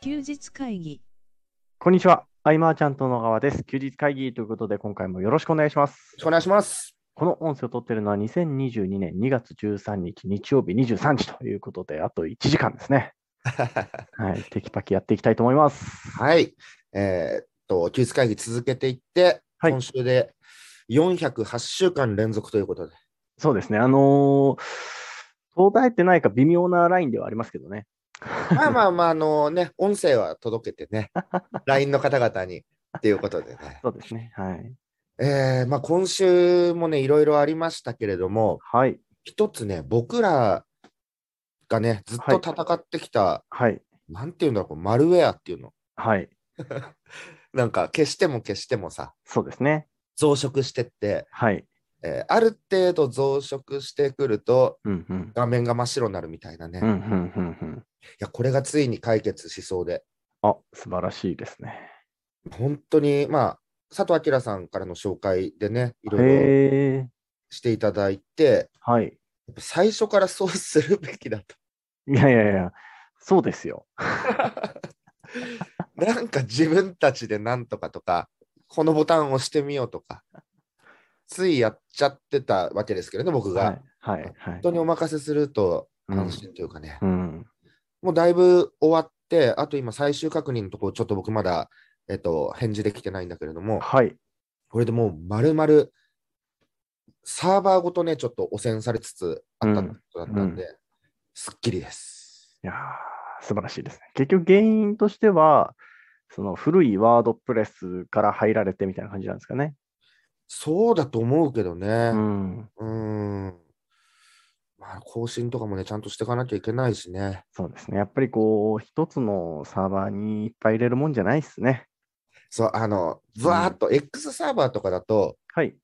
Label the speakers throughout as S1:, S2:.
S1: 休日会議
S2: こんにちは。アイマーちゃんと野川です。休日会議ということで、今回もよろしくお願いします
S3: よろし。くお願い します。
S2: この音声を撮ってるのは2022年2月13日、日曜日23時ということで、あと1時間ですね。はい。テキパキやっていきたいと思います。
S3: はい。えーっと、休日会議続けていって、
S2: はい
S3: 今週で408週間連続ということで。
S2: そうですね。あのー、答えてないか微妙なラインではありますけどね。
S3: まあまあまあ、あの ね、音声は届けてね、LINE の方々にっていうことでね。
S2: そうですね。はい。
S3: えーまあ今週もね、いろいろありましたけれども、
S2: はい。
S3: 一つね、僕らがね、ずっと戦ってきた、
S2: はい。
S3: なんていうんだろうこう、マルウェアっていうの。
S2: はい。
S3: なんか消しても消してもさ、
S2: そうですね。
S3: 増殖してって、
S2: はい。
S3: えーある程度増殖してくると、
S2: うんうん。
S3: 画面が真っ白になるみたいなね。
S2: うんう
S3: い
S2: んうんうん。
S3: や、これがついに解決しそうで、
S2: あ、素晴らしいですね。
S3: 本当に、まあ、佐藤明さんからの紹介でね、いろいろ
S2: へえ。
S3: していただいて、
S2: はい。
S3: やっぱ最初からそうするべきだと。
S2: いやいやいや、そうですよ。
S3: なんか自分たちでなんとかとか、このボタンを押してみようとか、ついやっちゃってたわけですけどね、僕が。
S2: はい。はい。はい
S3: 本当にお任せすると
S2: うん
S3: 安心というかね、
S2: うん。
S3: もうだいぶ終わって、あと今、最終確認のところ、ちょっと僕まだ、えっと、返事できてないんだけれども、
S2: はい。
S3: これでもう丸々サーバーごとね、ちょっと汚染されつつあった
S2: う
S3: こ
S2: ん
S3: とだったんで、すっきりです。
S2: いやー素晴らしいですね。結局原因としては、その古いワードプレスから入られてみたいな感じなんですかね。
S3: そうだと思うけど
S2: う
S3: ね、
S2: ん。
S3: うーん、んまあ、更新とかもね、ちゃんとしていかなきゃいけないしね。
S2: そうですね。やっぱりこう、一つのサーバーにいっぱい入れるもんじゃないですね。
S3: そう、あの、ずわーっと X サーバーとかだと、
S2: はい。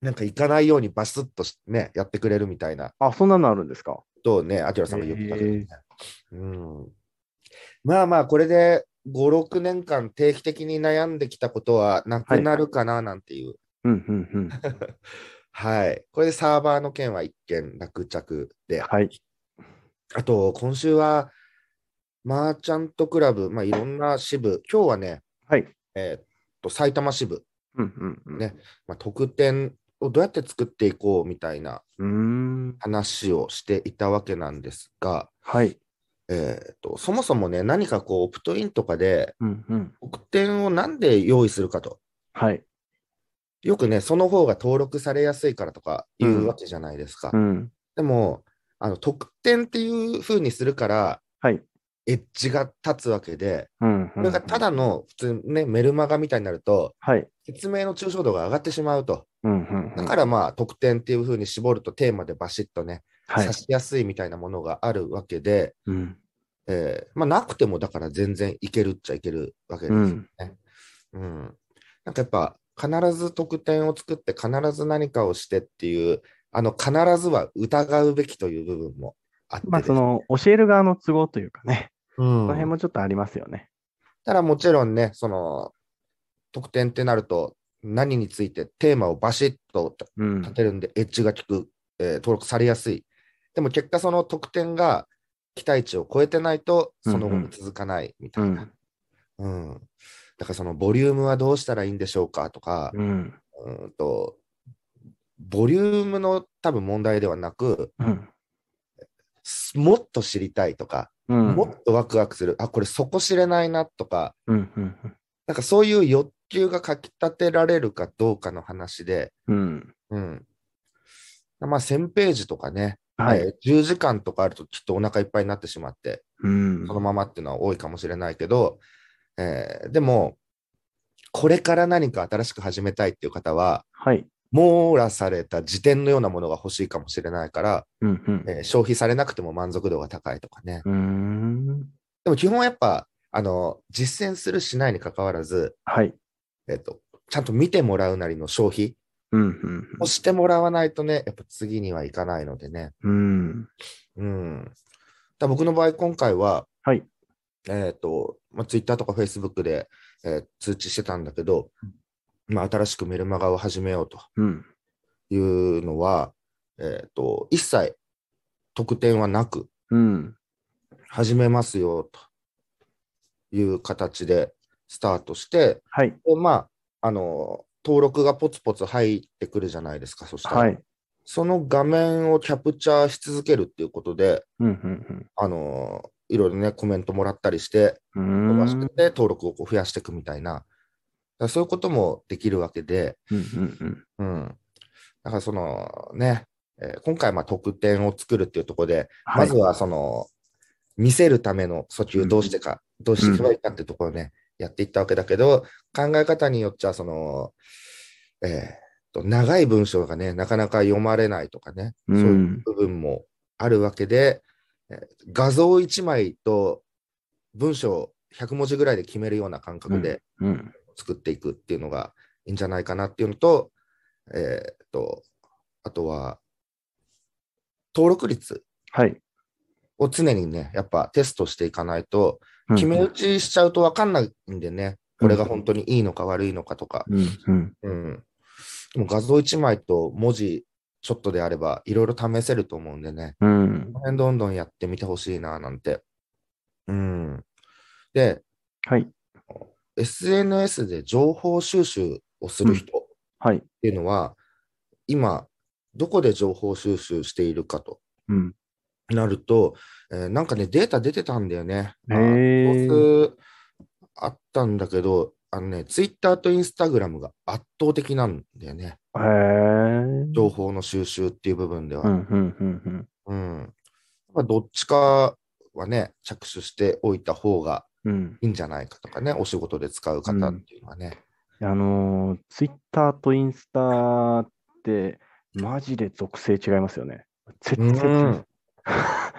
S3: なんか行かないようにバスッとしね、やってくれるみたいな
S2: あ、そんなのあるんですか。
S3: ことをね、アキラさんが言ってたけど
S2: へ
S3: ね。うん、まあまあ、これで5、6年間定期的に悩んできたことはなくなるかななんていう。
S2: うんうんうん。
S3: はい。これでサーバーの件は一件落着で。
S2: はい。
S3: あと、今週は、マーチャントクラブ、まあ、いろんな支部、今日はね、
S2: はい。
S3: えーっと、埼玉支部、
S2: うんうんうん。
S3: ねまあ、特典をどうやって作っていこうみたいな
S2: うーん。
S3: 話をしていたわけなんですが、
S2: はい。
S3: えーっと、そもそもね、何かこう、オプトインとかで、
S2: うんうん。
S3: 特典をなんで用意するかと。
S2: はい。
S3: よくね、その方が登録されやすいからとか言うわけじゃないですか。
S2: うん。
S3: でも、あの特典っていう風にするから、
S2: はい。
S3: エッジが立つわけで、
S2: うん、うん。
S3: これがただの普通ね、メルマガみたいになると、
S2: はい。
S3: 説明の抽象度が上がってしまうと。
S2: うんうん、う
S3: だ
S2: ん。
S3: からまあ、特典っていう風に絞るとテーマでバシッとね、
S2: はい
S3: 刺。しやすいみたいなものがあるわけで、
S2: うん。
S3: えーまあ、なくてもだから全然いけるっちゃいけるわけです
S2: う
S3: よ
S2: ん。
S3: うん。なんかやっぱ、必ず得点を作って、必ず何かをしてっていう、あの、必ずは疑うべきという部分もあって
S2: まあ、
S3: です
S2: そ
S3: ね、
S2: の、教える側の都合というかね、そ
S3: うん
S2: の辺もちょっとありますよね。
S3: ただもちろんね、その、得点ってなると、何についてテーマをバシッと
S2: うん。
S3: 立てるんで、エッジが効く、えー登録されやすい。でも結果、その得点が期待値を超えてないと、その後も続かないみた
S2: う
S3: い
S2: ん
S3: な。。うん。だからそのボリュームはどうしたらいいんでしょうかとか、
S2: うん。
S3: うーんと、ボリュームの多分問題ではなく、
S2: うん。
S3: すもっと知りたいとか、
S2: うん。
S3: もっとワクワクする、あ、これそこ知れないなとか、
S2: うん。うん。
S3: なんかそういう欲求がかき立てられるかどうかの話で、
S2: うん。
S3: うん。まあ1000ページとかね、
S2: は
S3: え
S2: い。
S3: ー10時間とかあるときっとお腹いっぱいになってしまって、
S2: うん
S3: そ。のままっていうのは多いかもしれないけど、えーでも、これから何か新しく始めたいっていう方は、
S2: はい。
S3: 網羅された辞典のようなものが欲しいかもしれないから、
S2: うん。うん。
S3: えー消費されなくても満足度が高いとかね。
S2: うーん。
S3: でも基本はやっぱ、あの、実践するしないに関わらず、
S2: はい。
S3: えっ、と、ちゃんと見てもらうなりの消費
S2: うん。うん
S3: をしてもらわないとね、やっぱ次にはいかないのでね。
S2: うん。うん。
S3: うん。だから僕の場合、今回は、
S2: はい。
S3: えっ、と、まあ、Twitter とか Facebook で、えー通知してたんだけど、まあ、新しくメルマガを始めようと
S2: うん。
S3: いうのは、えっ、と、一切特典はなく、
S2: うん。
S3: 始めますよと。いう形でスタートして、
S2: はい。
S3: でまあ、あの、登録がポツポツ入ってくるじゃないですか、そしたら。
S2: はい。
S3: その画面をキャプチャーし続けるっていうことで、
S2: うんうん
S3: あの、いろいろね、コメントもらったりして、
S2: うん。
S3: 伸
S2: う
S3: ば
S2: ー
S3: し
S2: ん
S3: てて登録をこう増やしていくみたいな、だからそういうこともできるわけで、
S2: うんうんうん。
S3: うん。だからそのね、えー今回まあ特典を作るっていうところで、
S2: は
S3: ま
S2: い
S3: ず。はその、見せるための訴求どうしてか、どうしていけばいいかっていうところをね、やっていったわけだけど、考え方によっちゃ、その、えーっと、長い文章がね、なかなか読まれないとかね、
S2: う。
S3: そういうん部分もあるわけで、えー画像1枚と文章100文字ぐらいで決めるような感覚で
S2: うん。
S3: 作っていくっていうのがいいんじゃないかなっていうのと、えーっと、あとは、登録率。
S2: はい。
S3: を常にね、やっぱテストしていかないと、
S2: うん
S3: 決め打ちしちゃうと分かんないんでね、これが本当にいいのか悪いのかとか。
S2: うんうん。
S3: うん。でも画像1枚と文字ちょっとであれば、いろいろ試せると思うんでね、
S2: うん
S3: こ。の辺どんどんやってみてほしいな、なんて。うん。で、
S2: はい。
S3: SNS で情報収集をする人っ
S2: はい。
S3: ていうのは、今、どこで情報収集しているかと
S2: うん。
S3: なると、えーなんかね、データ出てたんだよね。
S2: へー
S3: まあ少数あったんだけど、あのね、ツイッターとインスタグラムが圧倒的なんだよね。
S2: へえ。
S3: 情報の収集っていう部分で
S2: うんう
S3: は。
S2: んうんうん。
S3: うん。まあ、どっちかはね、着手しておいた方が
S2: うん。
S3: いいんじゃないかとかね、お仕事で使う方っていうのはね。
S2: あのツイッター Twitter とインスタって、マジで属性違いますよね。全然違います。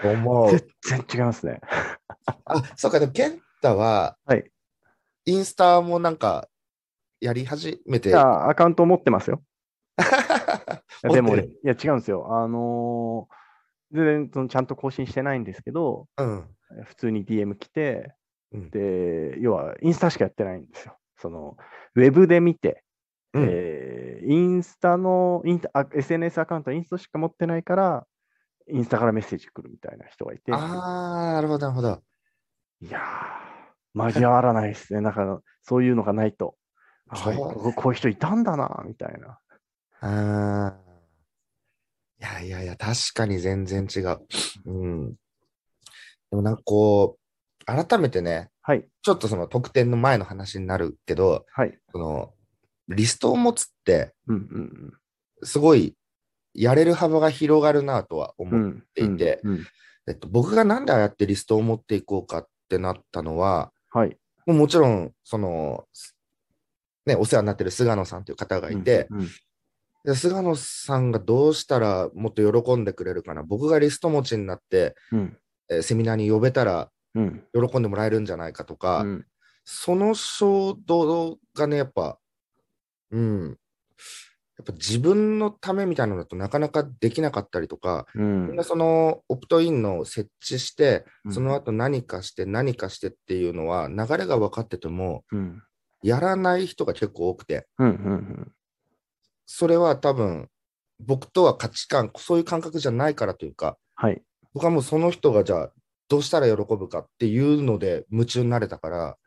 S3: 思う。
S2: 全然違いますね。
S3: あ、そうか、でも、健太は、
S2: はい
S3: インスタもなんか、やり始めて。
S2: い や、アカウント持ってますよ。いやでも
S3: 持っ
S2: 俺、
S3: て
S2: い
S3: る
S2: や、違うんですよ。あのー全然そのちゃんと更新してないんですけど、
S3: うん。
S2: 普通に DM 来て、
S3: うん
S2: で、要はインスタしかやってないんですよ。その、ウェブで見て、
S3: うん
S2: えーインスタのインタあ SNS アカウントはインスタしか持ってないから、インスタからメッセージ来るみたいな人がいて、
S3: ああ、なるほど、なるほど。
S2: いやー、交わらないですね。なんか、そういうのがないと。あ
S3: そうね
S2: ここういう人いたんだな、みたいな。
S3: ああ。いやいやいや、確かに全然違う。うん。でもなんかこう、改めてね、
S2: はい、
S3: ちょっとその特典の前の話になるけど、
S2: はい。
S3: その、リストを持つって、
S2: うんうん
S3: すごい、やれる幅が広がるなとは
S2: うん。う
S3: 思う。
S2: ん
S3: ていて
S2: うんうん
S3: えっと、僕がなんでああやってリストを持っていこうかってなったのは、
S2: はい。
S3: もうもちろん、その、ね、お世話になってる菅野さんという方がいて、
S2: うんうん
S3: で菅野さんがどうしたらもっと喜んでくれるかな、僕がリスト持ちになって、
S2: うん
S3: えーセミナーに呼べたら
S2: うん
S3: 喜んでもらえるんじゃないかとか、
S2: うん
S3: その衝動がね、やっぱ、うん、やっぱ自分のためみたいなのだとなかなかできなかったりとか、
S2: うん
S3: みんなそのオプトインの設置して、
S2: うん
S3: その後何かして何かしてっていうのは、流れが分かってても、
S2: うん
S3: やらない人が結構多くて、
S2: うんうん
S3: それは多分、僕とは価値観、そういう感覚じゃないからというか、
S2: はい。
S3: 僕はもうその人がじゃあ、どうしたら喜ぶかっていうので夢中になれたから、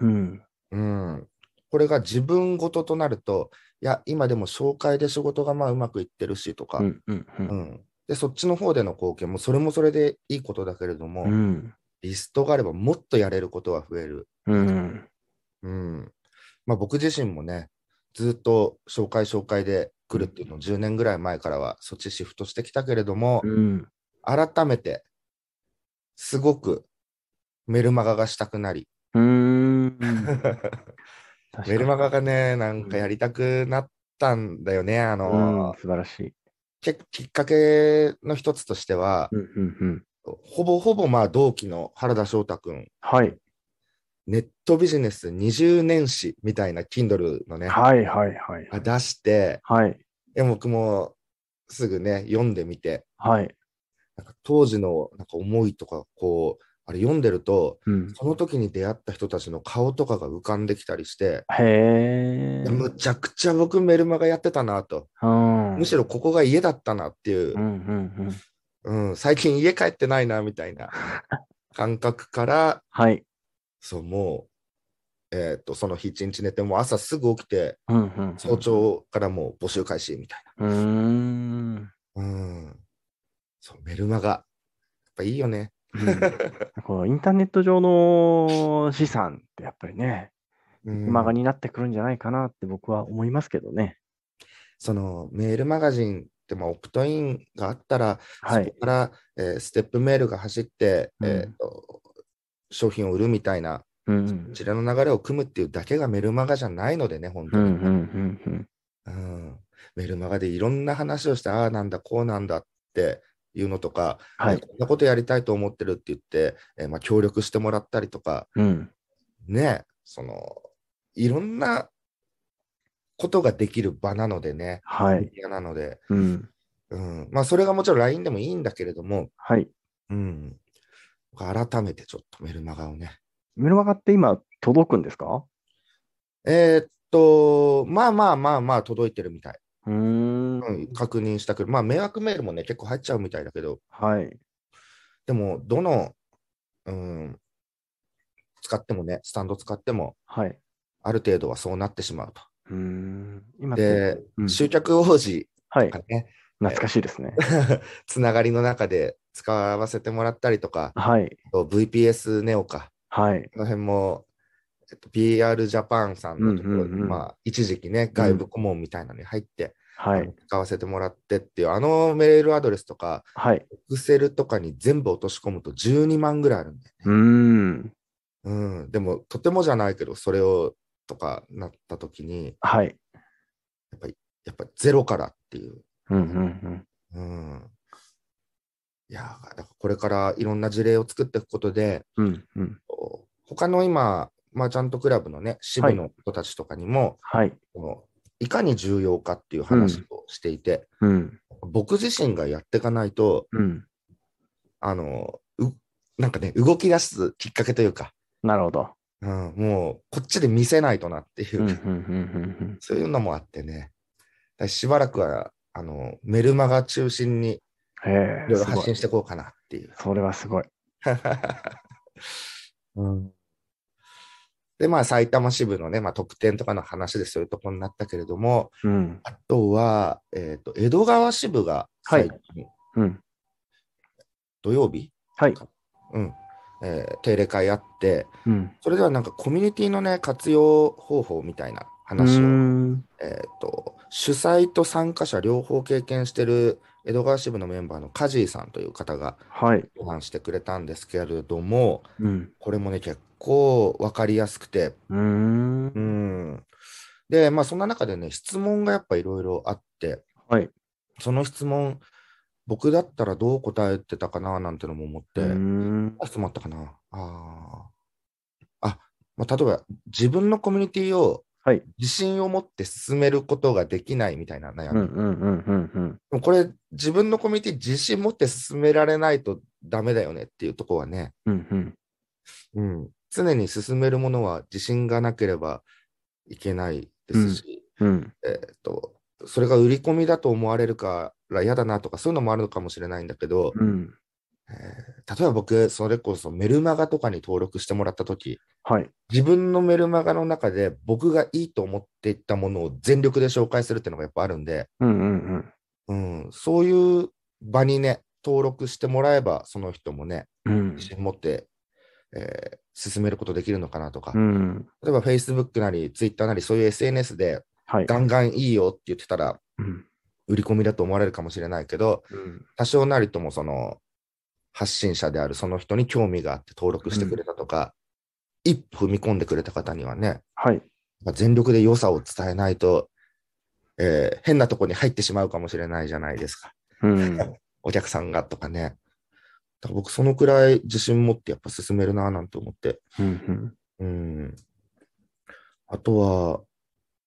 S2: うん
S3: うん。これが自分事となると、いや、今でも紹介で仕事がまあうまくいってるしとか、
S2: う
S3: うん。
S2: んうんうん
S3: で、そっちの方での貢献も、それもそれでいいことだけれども、
S2: うん
S3: リストがあればもっとやれることは増える。
S2: うん
S3: うん。まあ僕自身もね、ずっと紹介紹介で来るっていうのを10年ぐらい前からはそっちシフトしてきたけれども、
S2: うん
S3: 改めて、すごくメルマガがした くなり、
S2: うーん確かに
S3: メルマガがね、なんかやりたくなったんだよね。あ
S2: うん
S3: の、
S2: 素晴らしい。
S3: けきっかけの一つとしては、
S2: うんうんうん
S3: ほぼほぼまあ同期の原田翔太君、
S2: はい
S3: ネットビジネス20年史みたいな Kindle のね、
S2: はいはいはい
S3: あ出して、
S2: はい
S3: で僕もすぐね、読んでみて、
S2: はい。
S3: なんか当時のなんか思いとか、こう、あれ読んでると、
S2: うん
S3: その時に出会った人たちの顔とかが浮かんできたりして、
S2: へえ
S3: いや。むちゃくちゃ僕メルマガやってたなと、
S2: うん
S3: むしろここが家だったなっていう
S2: う、んうんうん
S3: うん、最近家帰ってないなみたいな感覚から、
S2: はい。
S3: そう、もう、えーっと、その日一日寝て、もう朝すぐ起きて、
S2: うんうん。
S3: 早朝からもう募集開始みたい
S2: ー
S3: う
S2: ん。うん
S3: な。うん。そう、メルマガ。やっぱいいよね。
S2: このインターネット上の資産ってやっぱりね、
S3: うん
S2: マガになってくるんじゃないかなって僕は思いますけどね。
S3: そのメールマガジンって、まあ、オプトインがあったら、
S2: はい
S3: そこから、えーステップメールが走って、
S2: うん
S3: えーと商品を売るみたいな、
S2: うんう
S3: こ
S2: ん
S3: ちらの流れを組むっていうだけがメルマガじゃないのでね、本
S2: う
S3: 当
S2: ん
S3: に。
S2: うんうん
S3: うんメルマガでいろんな話をして、ああなんだ、こうなんだっていうのとか、
S2: はい
S3: ねこんなことやりたいと思ってるって言って、えーまあ、協力してもらったりとか、
S2: うんうん
S3: ね、そのいろんなことができる場なのでね、
S2: はい。
S3: 嫌なので。
S2: うん
S3: うん、まあそれがもちろん LINE でもいいんだけれども、
S2: はい。
S3: うん、改めてちょっとメルマガをね。
S2: メルマガって今届くんですか
S3: えーっと、まあまあまあまあ届いてるみたい。
S2: うーん。
S3: うん、確認したけど、まあ迷惑メールもね、結構入っちゃうみたいだけど、
S2: はい。
S3: でも、どの、うん、使ってもね、スタンド使っても、
S2: はい。
S3: ある程度はそうなってしまうと。
S2: うーん。今って
S3: で、
S2: うん
S3: 集客王子
S2: はい
S3: が。ね、
S2: 懐かしいですね。
S3: つながりの中で使わせてもらったりとか、
S2: はい。
S3: あと VPS ネオか、
S2: はい。
S3: この辺も、えっと、PR ジャパンさんのところに、
S2: うんうんうん
S3: まあ、一時期ね、外部顧問みたいなのに入って、
S2: は
S3: あの
S2: い。
S3: 使わせてもらってっていう、あのメールアドレスとか、
S2: はい。
S3: Excel とかに全部落とし込むと12万ぐらいあるんで、
S2: うーん。
S3: うん、でも、とてもじゃないけど、それをとかなった時に、
S2: はい。
S3: やっぱゼロからっていう、
S2: うんうん
S3: うん。いやー、だからこれからいろんな事例を作っていくことで、
S2: うん。うんうん。
S3: こう他の今、マーチャントクラブのね、支部の人たちとかにも、
S2: はい。
S3: このいかに重要かっていう話をしていて、
S2: うん。
S3: 僕自身がやっていかないと、
S2: うん。
S3: あのうなんかね、動き出すきっかけというか、
S2: なるほど。
S3: うん、もうこっちで見せないとなっていうう、
S2: んうんうんうん
S3: そういうのもあってね、だからしばらくはあのメルマガ中心に
S2: うん。へ
S3: い
S2: え。
S3: ろいろ
S2: すご
S3: 発信
S2: い
S3: していこうかなって いう。
S2: それはすごい。
S3: うんで、まあ、埼玉支部のね、まあ、特典とかの話でそういうところになったけれども、
S2: うん。
S3: あとは、えっ、と、江戸川支部が
S2: はい
S3: 最近、
S2: うん。
S3: 土曜日、
S2: はい。
S3: うんえー定例会あって、
S2: うん。
S3: それではなんかコミュニティのね、活用方法みたいな
S2: う
S3: 話を、
S2: ーん。
S3: えっ、と、主催と参加者両方経験してる江戸川支部のメンバーのカジーさんという方が
S2: はい。
S3: ご飯してくれたんですけれども、
S2: うん。
S3: これもね、結構わかりやすくて、
S2: うーん。
S3: うん。で、まあ、そんな中でね、質問がやっぱいろいろあって、
S2: はい。
S3: その質問、僕だったらどう答えてたかななんてのも思って、
S2: うーん。
S3: 質問あったかなあーあ、まあ、例えば自分のコミュニティを
S2: はい
S3: 自信を持って進めることができないみたいな悩
S2: うんう
S3: み。
S2: んうんうんうん。
S3: でもこれ、自分のコミュニティ自信持って進められないとダメだよねっていうとこはね、
S2: うんうん。
S3: うん、常に進めるものは自信がなければいけないですし、
S2: うん。
S3: えーっと、それが売り込みだと思われるから嫌だなとか、そういうのもあるのかもしれないんだけど、
S2: うん。
S3: えー例えば僕、それこそメルマガとかに登録してもらったとき、
S2: はい。
S3: 自分のメルマガの中で僕がいいと思っていったものを全力で紹介するっていうのがやっぱあるんで、
S2: うんうんうん。
S3: うん、そういう場にね、登録してもらえば、その人もね、
S2: うん。
S3: 自信持って、えー進めることできるのかなとか、
S2: うん。
S3: 例えば Facebook なり Twitter なり、そういう SNS で
S2: はい。
S3: ガンガンいいよって言ってたら、
S2: うん。
S3: 売り込みだと思われるかもしれないけど、
S2: うん。
S3: 多少なりともその発信者であるその人に興味があって登録してくれたとか、一歩踏み込んでくれた方にはね、
S2: はい。
S3: まあ全力で良さを伝えないと、えー変なとこに入ってしまうかもしれないじゃないですか。
S2: うん。
S3: お客さんがとかね。だから僕、そのくらい自信持ってやっぱ進めるなぁなんて思って。
S2: うんうん。
S3: うん。あとは、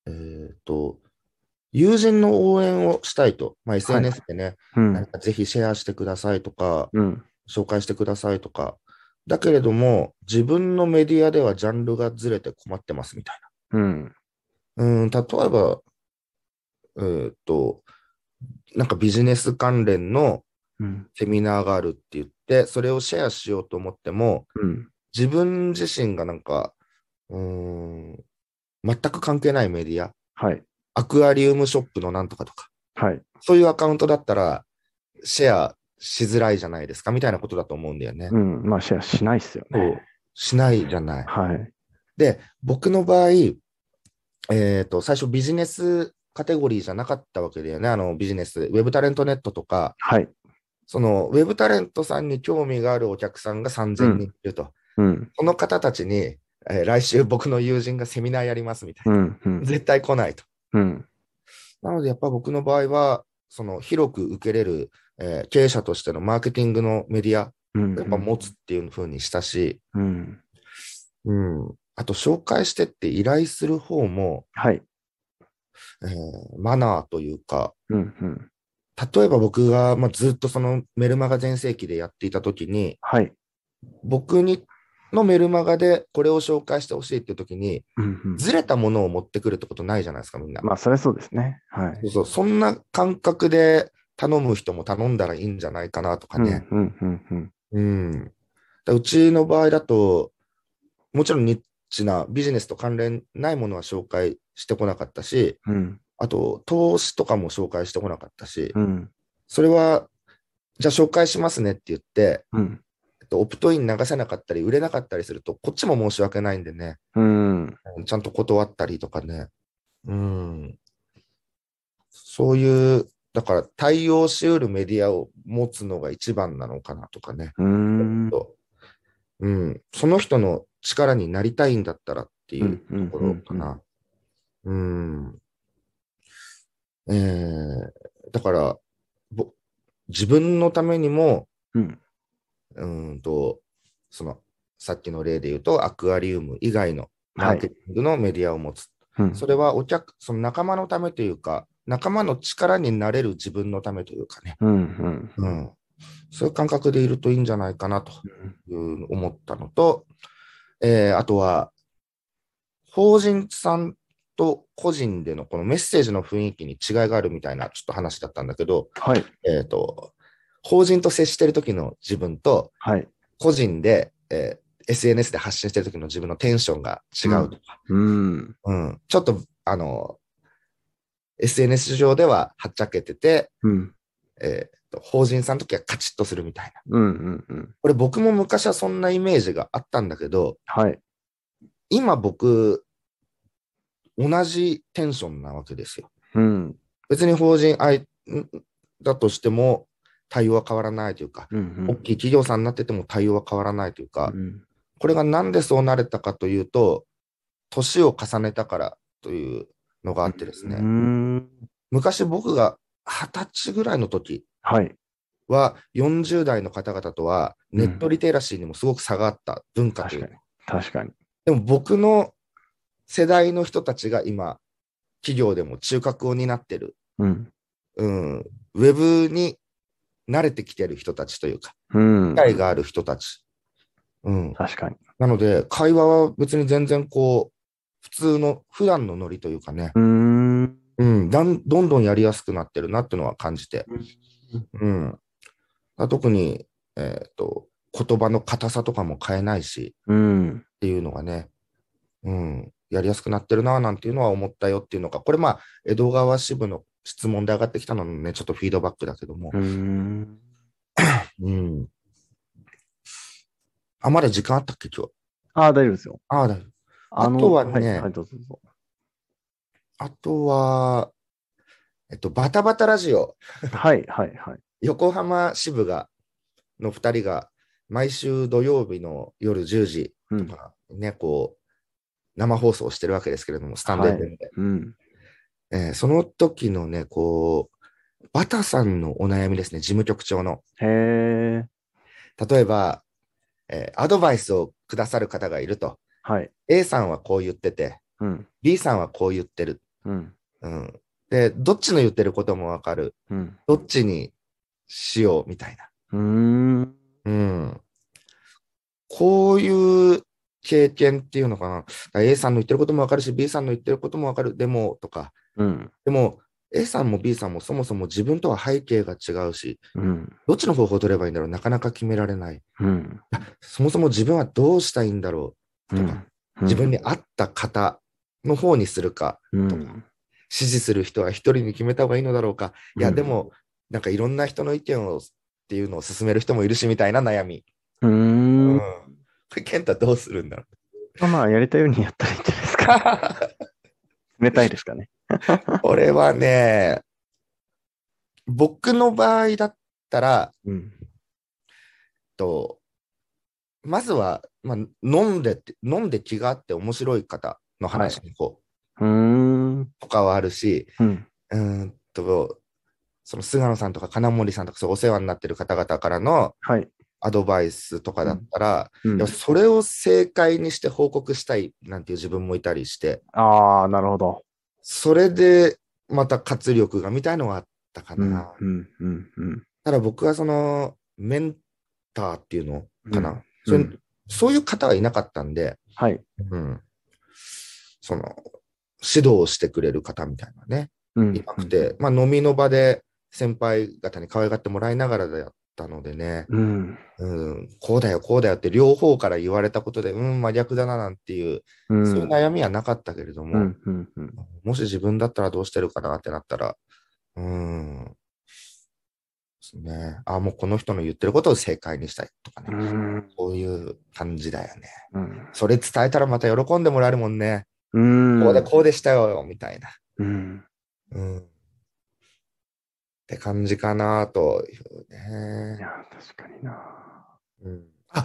S3: えっ、と、友人の応援をしたいと。まあ、SNS でね、
S2: うん
S3: なん。かぜひシェアしてくださいとか、
S2: うん。
S3: 紹介してくださいとか、だけれども、自分のメディアではジャンルがずれて困ってますみたい
S2: うん。
S3: な。うん、例えば、えーっと、なんかビジネス関連の
S2: うん。
S3: セミナーがあるって言って、それをシェアしようと思っても、
S2: うん。
S3: 自分自身がなんか、うーん、全く関係ないメディア、
S2: はい。
S3: アクアリウムショップのなんとかとか、
S2: はい。
S3: そういうアカウントだったら、シェアしづらいじゃないですか、みたいなことだと思うんだよね。
S2: うん。まあ、シェアしないっすよ
S3: そう
S2: ね。
S3: しないじゃない。
S2: はい。
S3: で、僕の場合、えっ、と、最初ビジネスカテゴリーじゃなかったわけだよね。あの、ビジネス、ウェブタレントネットとか、
S2: はい。
S3: その、ウェブタレントさんに興味があるお客さんが3000人いると。
S2: うん。
S3: この方たちに、えー来週僕の友人がセミナーやりますみたいうな。
S2: ん。うん。
S3: 絶対来ないと。
S2: うん。
S3: なので、やっぱ僕の場合は、その、広く受けれる、えー経営者としてのマーケティングのメディア、
S2: うん。
S3: やっぱ持つっていう風にしたし、
S2: うん。
S3: うん。あと、紹介してって依頼する方も、
S2: はい。
S3: えーマナーというか、
S2: うん。うん。
S3: 例えば僕が、まあ、ずっとそのメルマガ全盛期でやっていた時に、
S2: はい。
S3: 僕にのメルマガでこれを紹介してほしいっていう時に、
S2: うん。うん。
S3: ずれたものを持ってくるってことないじゃないですか、みんな。
S2: まあ、それはそうですね。はい
S3: そう。そうそんな感覚で頼む人も頼んだらいいんじゃないかなとかね。
S2: うん。うん。うん。うん。
S3: うん。だからうちの場合だと、もちろんニッチなビジネスと関連ないものは紹介してこなかったし、
S2: うん。
S3: あと投資とかも紹介してこなかったし、
S2: うん。
S3: それは、じゃあ紹介しますねって言って、
S2: うん。
S3: えっとオプトイン流せなかったり、売れなかったりすると、こっちも申し訳ないんでね、
S2: うん。
S3: ちゃんと断ったりとかね。うん。そういう、だから対応しうるメディアを持つのが一番なのかなとかね。
S2: うん。
S3: とうん。その人の力になりたいんだったらっていうところかな。うん。えー、だから、ぼ自分のためにも、
S2: うん。
S3: うーんと、その、さっきの例で言うと、アクアリウム以外のマ
S2: は
S3: ーケ
S2: い。
S3: ティングのメディアを持つ。
S2: うん。
S3: それはお客、その仲間のためというか、仲間の力になれる自分のためというかね。
S2: うん。
S3: う
S2: うん。
S3: ん。そういう感覚でいるといいんじゃないかなという思ったのと、えーあとは、法人さんと個人でのこのメッセージの雰囲気に違いがあるみたいなちょっと話だったんだけど、
S2: はい。
S3: えっ、と、法人と接してる時の自分と、
S2: はい。
S3: 個人で、えー SNS で発信してる時の自分のテンションが違うとか、
S2: うん。
S3: うんちょっと、あの、SNS 上でははっちゃけてて、
S2: うん。
S3: えーと法人さんの時はカチッとするみたい
S2: う
S3: な。
S2: ん。うん。うん。
S3: これ僕も昔はそんなイメージがあったんだけど、
S2: はい。
S3: 今僕、同じテンションなわけですよ。
S2: うん。
S3: 別に法人あいんだとしても対応は変わらないというか、
S2: うん。うん
S3: 大きい企業さんになってても対応は変わらないというか、
S2: うん。
S3: これがなんでそうなれたかというと、年を重ねたからというのがあってですね、
S2: うん。
S3: 昔僕が二十歳ぐらいの時
S2: はい。
S3: は、40代の方々とは、ネットリテラシーにもすごく差があった文化とい
S2: 確
S3: う
S2: かに。確かに。
S3: でも僕の世代の人たちが今、企業でも中核を担ってる、
S2: うん。
S3: うん、ウェブに慣れてきてる人たちというか、
S2: うん
S3: 機。会がある人たち。うん、
S2: 確かに。
S3: なので、会話は別に全然こう、普通の、普段のノリというかね、
S2: うん。
S3: うん、だんどんどんやりやすくなってるなっていうのは感じて、うん。あ特に、えっ、と、言葉の硬さとかも変えないし、
S2: うん。
S3: っていうのがね、うん、やりやすくなってるなぁなんていうのは思ったよっていうのが、これまあ、江戸川支部の質問で上がってきたののね、ちょっとフィードバックだけども、
S2: うん。
S3: うん。あ、まだ時間あったっけ、今日。
S2: ああ、大丈夫ですよ。
S3: あだ
S2: の
S3: あとはね
S2: はい、はいどうぞどうぞ。
S3: あとは、えっと、バタバタラジオ、
S2: はい、はい、はい。
S3: 横浜支部が、の二人が、毎週土曜日の夜10時
S2: う
S3: と
S2: ん。
S3: か、ね、こう、生放送してるわけですけれども、スタンド FM で。
S2: うん。
S3: えーその時のね、こう、バタさんのお悩みですね、事務局長の。
S2: へえ。
S3: 例えば、えーアドバイスをくださる方がいると。
S2: はい。
S3: A さんはこう言ってて、
S2: うん。
S3: B さんはこう言ってる。
S2: うん。
S3: うん。で、どっちの言ってることもわかる。
S2: うん。
S3: どっちにしよう、みたいな。
S2: うん。
S3: うん。こういう経験っていうのかな。だから A さんの言ってることもわかるし、B さんの言ってることもわかる。でも、とか、
S2: うん。
S3: でも、 A さんも B さんもそもそも自分とは背景が違うし、
S2: うん。
S3: どっちの方法を取ればいいんだろう、なかなか決められない。
S2: うん。
S3: そもそも自分はどうしたいんだろ
S2: う
S3: と
S2: ん
S3: かう、自分に合った方の方にするか、
S2: うん
S3: とか支持する人は一人に決めた方がいいのだろうか、いや、で、も、なんかいろんな人の意見をっていうのを勧める人もいるしみたいな悩み。
S2: う。
S3: うん
S2: うん
S3: これ、健太どうするんだろう。
S2: まあ、やりたいようにやったらいいんじゃないですか。冷たいですかね。
S3: これはね、僕の場合だったら、
S2: うん。
S3: と、まずは、まあ、飲んでって、飲んで気があって面白い方の話の方
S2: うーん。
S3: とかはあるし、
S2: うん。
S3: うーんと、その菅野さんとか金森さんとかそうお世話になってる方々からの
S2: はい。
S3: アドバイスとかだったら、
S2: うん
S3: いやそれを正解にして報告したいなんていう自分もいたりして、
S2: ああ、なるほど。
S3: それでまた活力がみたいのはあったか
S2: うん。う
S3: な。
S2: ん。うん。うん。
S3: ただ僕はそのメンターっていうのかな、
S2: うん
S3: それ
S2: うん
S3: そういう方はいなかったんで、
S2: はい。
S3: うんその指導をしてくれる方みたいなね、
S2: うん
S3: いなく。て、まあ、飲みの場で先輩方に可愛がってもらいながらだったのでね、
S2: うん。
S3: うん、こうだよ、こうだよって両方から言われたことで、うん、真逆だななんていう、
S2: うん。
S3: そういう悩みはなかったけれども、
S2: うん。うん。うん。
S3: もし自分だったらどうしてるかなってなったら、うーん。ですね。あ、もうこの人の言ってることを正解にしたいとか
S2: う
S3: ね。
S2: ん。
S3: こういう感じだよね。
S2: うん
S3: それ伝えたらまた喜んでもらえるもんね。
S2: うん。
S3: こうでこうでしたよ、みたいな。
S2: うん。
S3: うん。って感じかなという
S2: い
S3: ね。
S2: や、確かにな。
S3: うん、あ、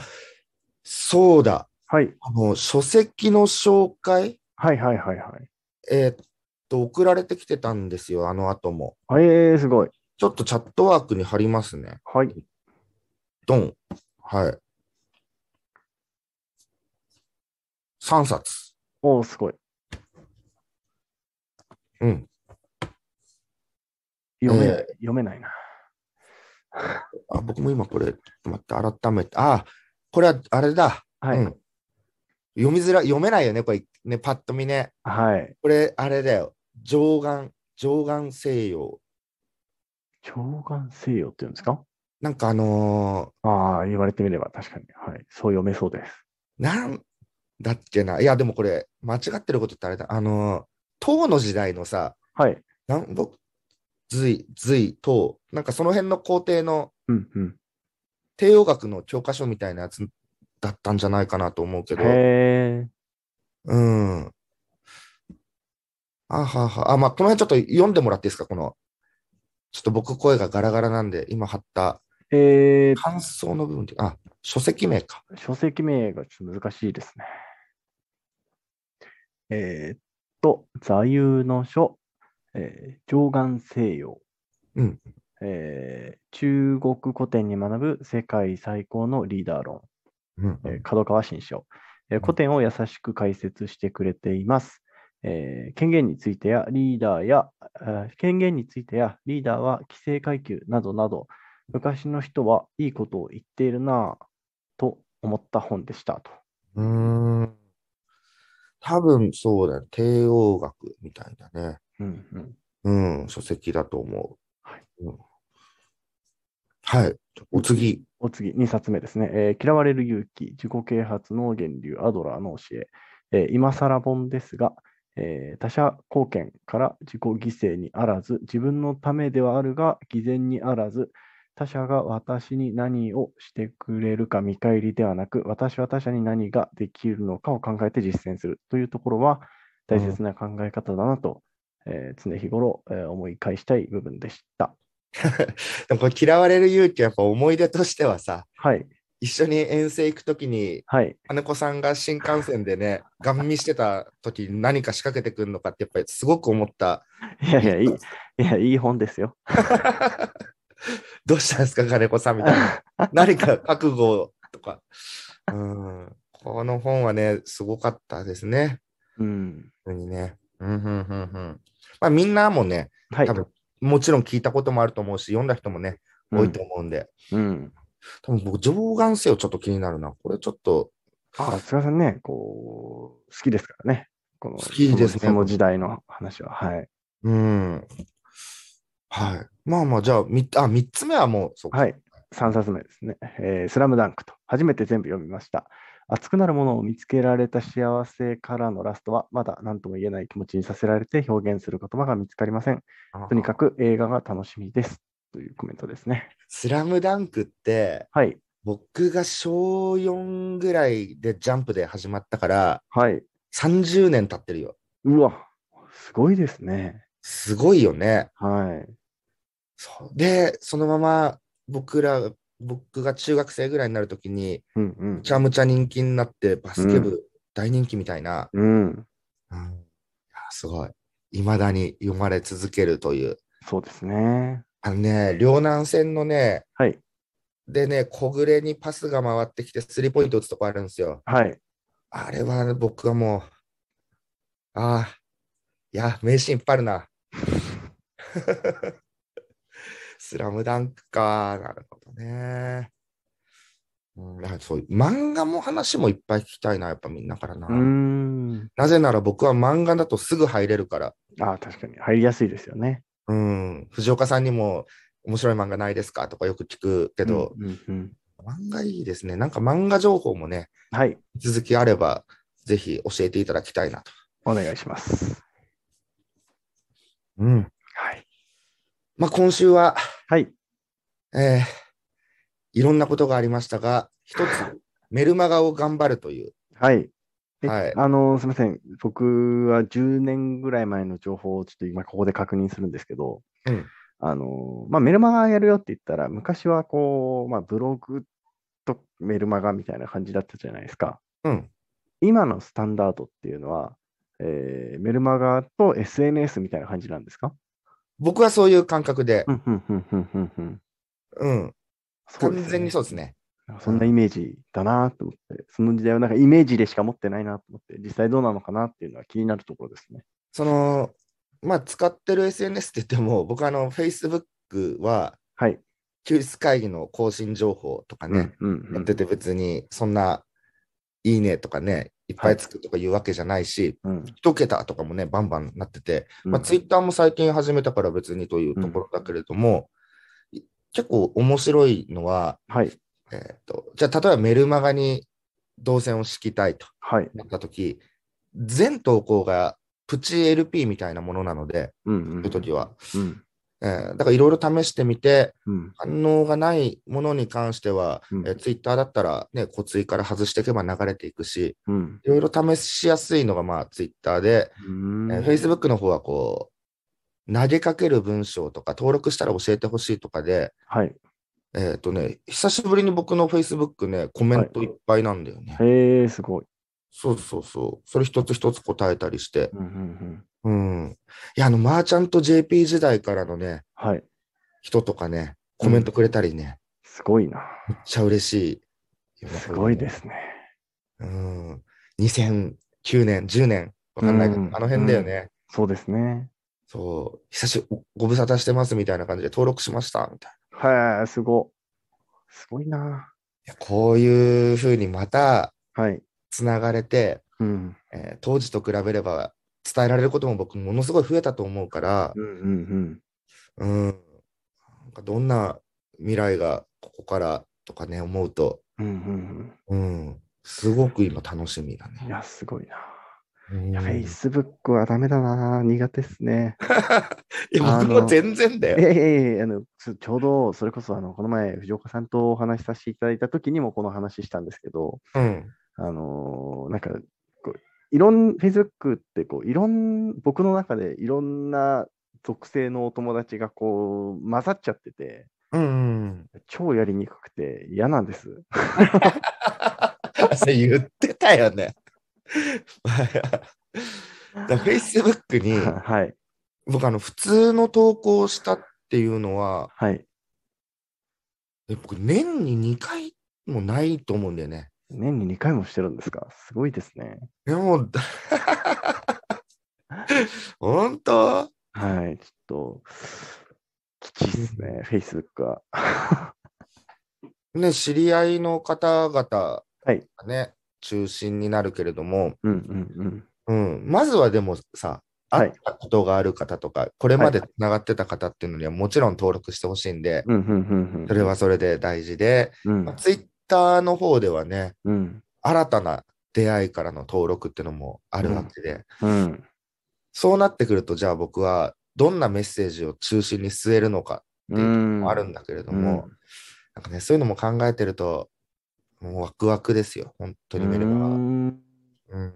S3: そうだ。
S2: はい。
S3: あの、書籍の紹介、
S2: はいはいはいはい。
S3: えーっと、送られてきてたんですよ、あの後も。
S2: あええすごい。
S3: ちょっとチャットワークに貼りますね。
S2: はい。
S3: ドン。はい。3冊。
S2: おお、すごい。
S3: うん。
S2: 読めない、
S3: え
S2: 読めないな。
S3: あ、僕も今これ、待って、改めて。あ、これは、あれだ。
S2: はい。
S3: うん。読みづらい、読めないよね、これ。ね、パッと見ね。
S2: はい。
S3: これ、あれだよ。上眼、上眼西洋。
S2: 長眼西洋って言うんですか
S3: なんかあの
S2: ああ、言われてみれば確かに。はい。そう読めそうです。
S3: ーなんだっけな。いや、でもこれ、間違ってることってあれだ。あのー唐の時代のさ、
S2: はい。
S3: なんぼ、隋、隋、唐、なんかその辺の皇帝の
S2: うんうん。
S3: 帝王学の教科書みたいなやつだったんじゃないかなと思うけど、
S2: へえ。
S3: うん。あはは。あ、まあ、この辺ちょっと読んでもらっていいですか、この。ちょっと僕声がガラガラなんで、今貼った
S2: えー、
S3: 感想の部分で、あ、書籍名か。
S2: 書籍名がちょっと難しいですね。えー、っと、座右の書、えー、上眼西洋。
S3: うん
S2: えー中国古典に学ぶ世界最高のリーダー論。
S3: うん。
S2: えー角川新書、えー古典を優しく解説してくれています。えー権限についてやリーダーや、あー権限についてやリーダーは規制階級などなど、昔の人はいいことを言っているなぁと思った本でしたと。
S3: うーん。多分そうだよ。帝王学みたいだね。
S2: うんうん、
S3: うん、書籍だと思う。
S2: はい
S3: うん。はい。お次。
S2: お次、2冊目ですね、えー嫌われる勇気、自己啓発の源流、アドラーの教え。えー今更本ですが、えー他者貢献から自己犠牲にあらず、自分のためではあるが、偽善にあらず、他者が私に何をしてくれるか見返りではなく、私は他者に何ができるのかを考えて実践するというところは、大切な考え方だなと、えー常日頃、えー思い返したい部分でした。
S3: でもこれ嫌われる勇気はやっぱ思い出としてはさ、
S2: はい、
S3: 一緒に遠征行くときに、
S2: はい、
S3: 金子さんが新幹線でね、ガン見してたときに何か仕掛けてくるのかって、やっぱりすごく思った。
S2: いやいや、いい、いや、いい本ですよ。
S3: どうしたんですか、金子さんみたいな。何か覚悟とか。うん。この本はね、すごかったですね。
S2: うん。
S3: 本当にね。うん、うん、うん、うん。まあみんなもね、
S2: はい。
S3: 多分もちろん聞いたこともあると思うし、読んだ人もね、多いと思うんで。
S2: うん。うん。
S3: 多分僕、上眼性をちょっと気になるな。これちょっと、
S2: あ、菅さんね、こう、好きですからね。この
S3: 好きです
S2: そ
S3: ね
S2: のその時代の話は。はい。
S3: うん。はい。まあまあ、じゃあ、みあ3つ目はもう、そうか
S2: はい。3冊目ですね。えースラムダンクと、初めて全部読みました。熱くなるものを見つけられた幸せからのラストは、まだ何とも言えない気持ちにさせられて表現する言葉が見つかりません。とにかく映画が楽しみです。というコメントですね。
S3: スラムダンクって、
S2: はい。
S3: 僕が小4ぐらいでジャンプで始まったから、
S2: はい。
S3: 30年経ってるよ。
S2: うわ、すごいですね。
S3: すごいよね。
S2: はい。
S3: そうで、そのまま僕ら、僕が中学生ぐらいになるときに、
S2: うんうん
S3: む。ちゃむちゃ人気になって、バスケ部大人気みたいな、
S2: うん。
S3: うんいやすごい。未だに読まれ続けるという。
S2: そうですね。
S3: あのね、両南戦のね、
S2: はい。
S3: でね、小暮にパスが回ってきて、スリーポイント打つとこあるんですよ。
S2: はい。
S3: あれは僕はもう、ああ、いや、名シーンいっぱいあるな。 スラムダンクか、なるほどね。うん、あそう漫画も話もいっぱい聞きたいな、やっぱみんなからな。
S2: うーん。
S3: なぜなら僕は漫画だとすぐ入れるから。
S2: ああ、確かに。入りやすいですよね。
S3: うん、藤岡さんにも面白い漫画ないですかとかよく聞くけど、
S2: うんうんうん
S3: 漫画いいですね。なんか漫画情報もね、
S2: はい。
S3: 続きあれば、ぜひ教えていただきたいなと。
S2: お願いします。
S3: うん。
S2: はい。
S3: まあ、今週は、
S2: はい。
S3: えーいろんなことがありましたが、一つ、メルマガを頑張るという。
S2: はい。え
S3: はい
S2: あのすみません。僕は10年ぐらい前の情報をちょっと今ここで確認するんですけど、
S3: うん
S2: あのまあ、メルマガやるよって言ったら、昔はこう、まあ、ブログとメルマガみたいな感じだったじゃないですか。
S3: うん。
S2: 今のスタンダードっていうのは、えーメルマガと SNS みたいな感じなんですか
S3: 僕はそういう感覚で、
S2: うんうんうんうんうんうん
S3: うん。
S2: そうです
S3: 完
S2: よね
S3: 全にそうですね。
S2: なんかそんなイメージだなと思って、その時代はなんかイメージでしか持ってないなと思って、実際どうなのかなっていうのは気になるところですね。
S3: その、まあ、使ってる SNS って言っても、僕はあの、Facebook は、
S2: はい。
S3: 休日会議の更新情報とかね、
S2: うんうん
S3: やってて別に、そんな、いいねとかね、いっぱいつくとかいうわけじゃないし、
S2: うん
S3: 一桁とかもね、バンバンなってて、
S2: うん
S3: まあ、ツイッターも最近始めたから別にというところだけれども、い結構面白いのは、
S2: はい。
S3: えーとじゃあ例えばメルマガに動線を敷きたいと
S2: はい。
S3: なった時全投稿がプチ LP みたいなものなので、
S2: うんう
S3: そ
S2: ん
S3: ういう時は。
S2: うん
S3: えーだからいろいろ試してみて、
S2: うん
S3: 反応がないものに関しては、
S2: うん
S3: えーツイッターだったら、ね、こう追加から外していけば流れていくし、
S2: うん
S3: いろいろ試しやすいのが、まあ、ツイッターで、
S2: うん
S3: えー Facebook の方はこう、投げかける文章とか、登録したら教えてほしいとかで、
S2: はい。
S3: えっ、とね、久しぶりに僕の Facebook ね、コメントいっぱいなんだよね。
S2: へえ、すごい。
S3: そうそうそう。それ一つ一つ答えたりして。
S2: うんうんうん
S3: うん。いや、あの、マーチャント JP 時代からのね、
S2: はい。
S3: 人とかね、コメントくれたりね、
S2: すごいな。
S3: めっちゃ嬉しい。。
S2: すごいですすね。
S3: うん。2009年、10年、わかんないけど、
S2: うん
S3: あの辺だよね。
S2: そうですね。
S3: そう。久しぶり、ご無沙汰してますみたいな感じで登録しました、みたいな。
S2: はい、すご。すごいな。
S3: いやこういうふうにまた
S2: はい。
S3: つながれて、
S2: うん。
S3: えー当時と比べれば伝えられることも僕ものすごい増えたと思うから
S2: う、んうんうん。
S3: うん、なんかどんな未来がここからとかね思うと、
S2: うんうん
S3: うん、すごく今楽しみだ
S2: うん。い
S3: ね。
S2: や、すごいな。
S3: うん
S2: いや、Facebook はダメだな。苦手っすね。
S3: いや
S2: あ
S3: 僕
S2: の
S3: も全然だ
S2: ええ
S3: よ。
S2: ええええあのちょちょうどそれこそあのこの前藤岡さんとお話しさせていただいた時にもこの話したんですけど、
S3: うん、
S2: あのーなんかこういろん Facebook ってこういろん僕の中でいろんな属性のお友達がこう混ざっちゃってて
S3: うん、うん。
S2: 超やりにくくて嫌なんです。
S3: それ言ってたよね。 だフェイスブックに
S2: はい
S3: 僕あの普通の投稿をしたっていうのは、
S2: はい。
S3: え僕、年に2回もないと思うんだよね。
S2: 年に2回もしてるんですかすごいですね。
S3: いや、もう、 本当
S2: はい。ちょっと、きちいですね、Facebook は。
S3: ね、知り合いの方々が
S2: はい
S3: ね、中心になるけれども、
S2: うんうんうん。
S3: うん、まずはでもさ、
S2: はい
S3: 会ったことがある方とか、これまでつながってた方っていうのにはもちろん登録してほしいんで、
S2: うん、うん、うん、うん
S3: それはそれで大事で、
S2: うん
S3: まあ、ツイッターの方ではね、
S2: うん、
S3: 新たな出会いからの登録っていうのもあるわけで、
S2: うん、
S3: そうなってくると、じゃあ僕はどんなメッセージを中心に据えるのかっていうのもあるんだけれど
S2: う
S3: も、
S2: ん
S3: なんかね、そういうのも考えてると、もうワクワクですよ、本当に見るのは。
S2: うん
S3: うん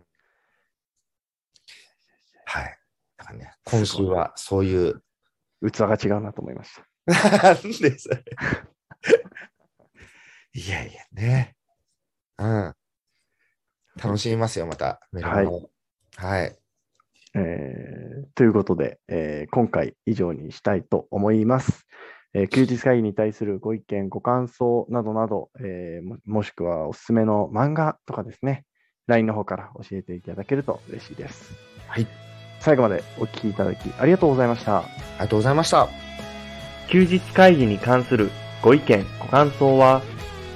S3: はい。だからね、今週はそういう。
S2: 器が違うなと思いました。
S3: なんで それ。いやいやね。うん。楽しみますよ、また。メルマガもはい。
S2: えーということで、えー今回以上にしたいと思います。えー休日会議に対するご意見、ご感想などなど、えーももしくはおすすめの漫画とかですね、LINE の方から教えていただけると嬉しいです。
S3: はい。
S2: 最後までお聞きいただきありがとうございました。
S3: ありがとうございました。
S1: 休日会議に関するご意見、ご感想は、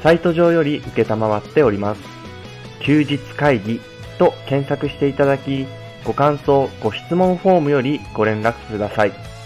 S1: サイト上より受けたまわっております。休日会議と検索していただき、ご感想、ご質問フォームよりご連絡ください。